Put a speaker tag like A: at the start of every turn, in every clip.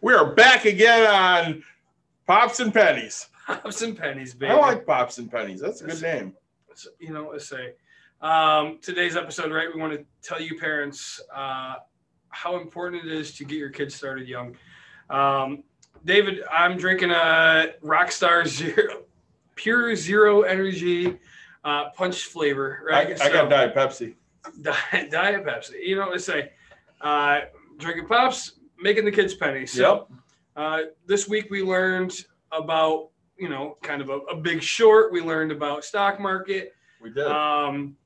A: We are back again on Pops and Pennies.
B: Pops and pennies, baby.
A: I like Pops and Pennies. That's a good name.
B: So, you know, let's say um, today's episode, right? We want to tell you parents uh, how important it is to get your kids started young. Um, David, I'm drinking a Rockstar Zero, pure zero energy uh, punch flavor, right?
A: I, I got Diet Pepsi.
B: Diet, Diet Pepsi. You know, let's say uh, drinking pops, making the kids pennies. So uh, this week we learned about, you know, kind of a, a big short. We learned about stock market.
A: we did.
B: Um,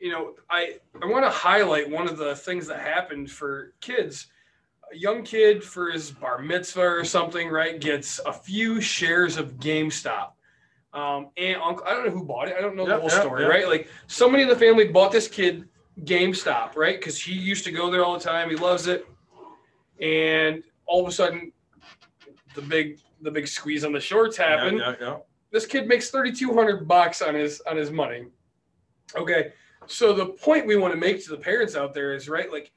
B: you know, I I want to highlight one of the things that happened for kids. A young kid for his bar mitzvah or something, right, gets a few shares of GameStop. Um, and uncle, I don't know who bought it. I don't know
A: Yeah,
B: the whole
A: yeah,
B: story,
A: yeah.
B: right? Like somebody in the family bought this kid GameStop, right? Because he used to go there all the time. He loves it. And all of a sudden, the big the big squeeze on the shorts happened
A: Yeah, yeah,
B: this kid makes 3200 bucks on his on his money okay so the point we want to make to the parents out there is right like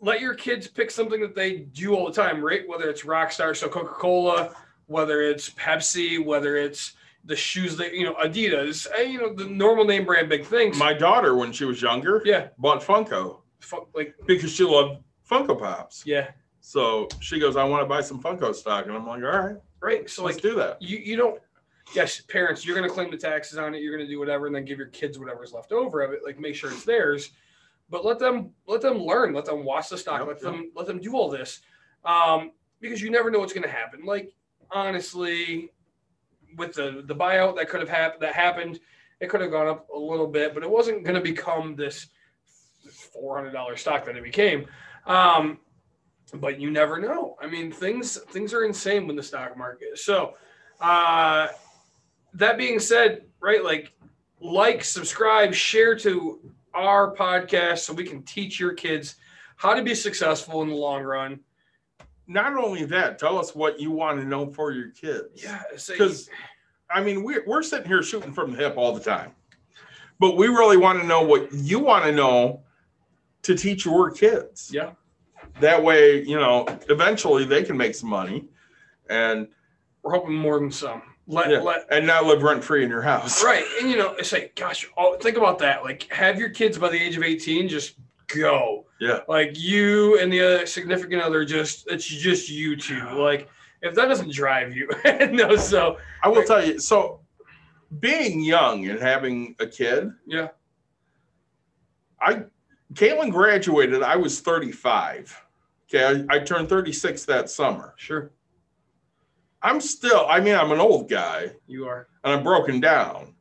B: let your kids pick something that they do all the time right whether it's rockstar so coca-cola whether it's pepsi whether it's the shoes that you know adidas eh, you know the normal name brand big
A: yeah.
B: things
A: My daughter, when she was younger,
B: yeah
A: bought Funko
B: fuck, like
A: because she loved Funko Pops.
B: yeah
A: So she goes, I want to buy some Funko stock. And I'm like, all right,
B: right so
A: let's
B: like
A: do that.
B: you you don't yes parents you're going to claim the taxes on it you're going to do whatever and then give your kids whatever's left over of it like make sure it's theirs but let them let them learn let them watch the stock
A: Yep,
B: let
A: yep.
B: them let them do all this um, because you never know what's going to happen like honestly with the the buyout that could have happened that happened it could have gone up a little bit but it wasn't going to become this $400 stock that it became um, but you never know i mean things things are insane when the stock market so uh, that being said, right, like, like, subscribe, share to our podcast so we can teach your kids how to be successful in the long run.
A: Not only that, tell us what you want to know for your kids.
B: say-
A: Because, I mean, we're, we're sitting here shooting from the hip all the time, but we really want to know what you want to know to teach your kids.
B: yeah,
A: That way, you know, eventually they can make some money and
B: we're hoping more than some. Let
A: Yeah.
B: let
A: and not live rent free in your house.
B: right, and you know, it's like, gosh, oh, think about that. Like, have your kids by the age of eighteen just go.
A: Yeah.
B: Like you and the other significant other, just it's just you two. Like, if that doesn't drive you, no. So
A: I will tell you. So, being young and having a kid,
B: yeah,
A: I Caitlin graduated. I was 35. Okay, I, I turned 36 that summer.
B: sure,
A: I'm still. I mean, I'm an old guy and
B: you are.
A: I'm broken down,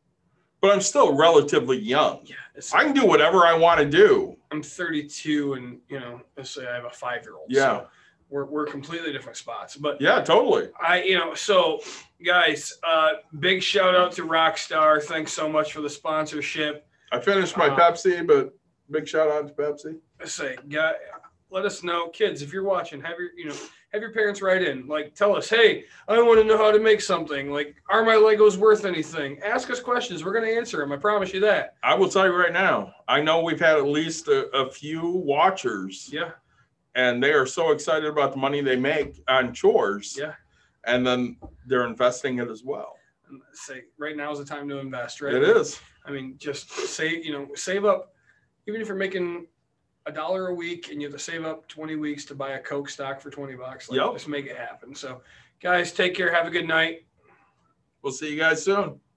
A: but I'm still relatively young.
B: Yeah, it's
A: I can do whatever I want to do.
B: I'm 32 and you know, let's say I have a five year old.
A: Yeah.
B: So we're, we're completely different spots, but
A: Yeah, totally.
B: I, you know, so guys, uh, big shout out to Rockstar. Thanks so much for the sponsorship.
A: I finished my
B: Uh,
A: Pepsi, but big shout out to Pepsi.
B: I say, guy, let us know kids, if you're watching, have your, you know, have your parents write in, like, tell us, Hey, I want to know how to make something like, are my Legos worth anything? Ask us questions. We're going to answer them. I promise you that.
A: I will tell you right now. I know we've had at least a, a few watchers
B: Yeah.
A: and they are so excited about the money they make on chores.
B: Yeah.
A: And then they're investing it as well.
B: And say right now is the time to invest, right?
A: It is.
B: I mean, just save, you know, save up, even if you're making a dollar a week and you have to save up 20 weeks to buy a Coke stock for 20 bucks, like
A: Yep.
B: just make it happen. So guys, take care. Have a good night.
A: We'll see you guys soon.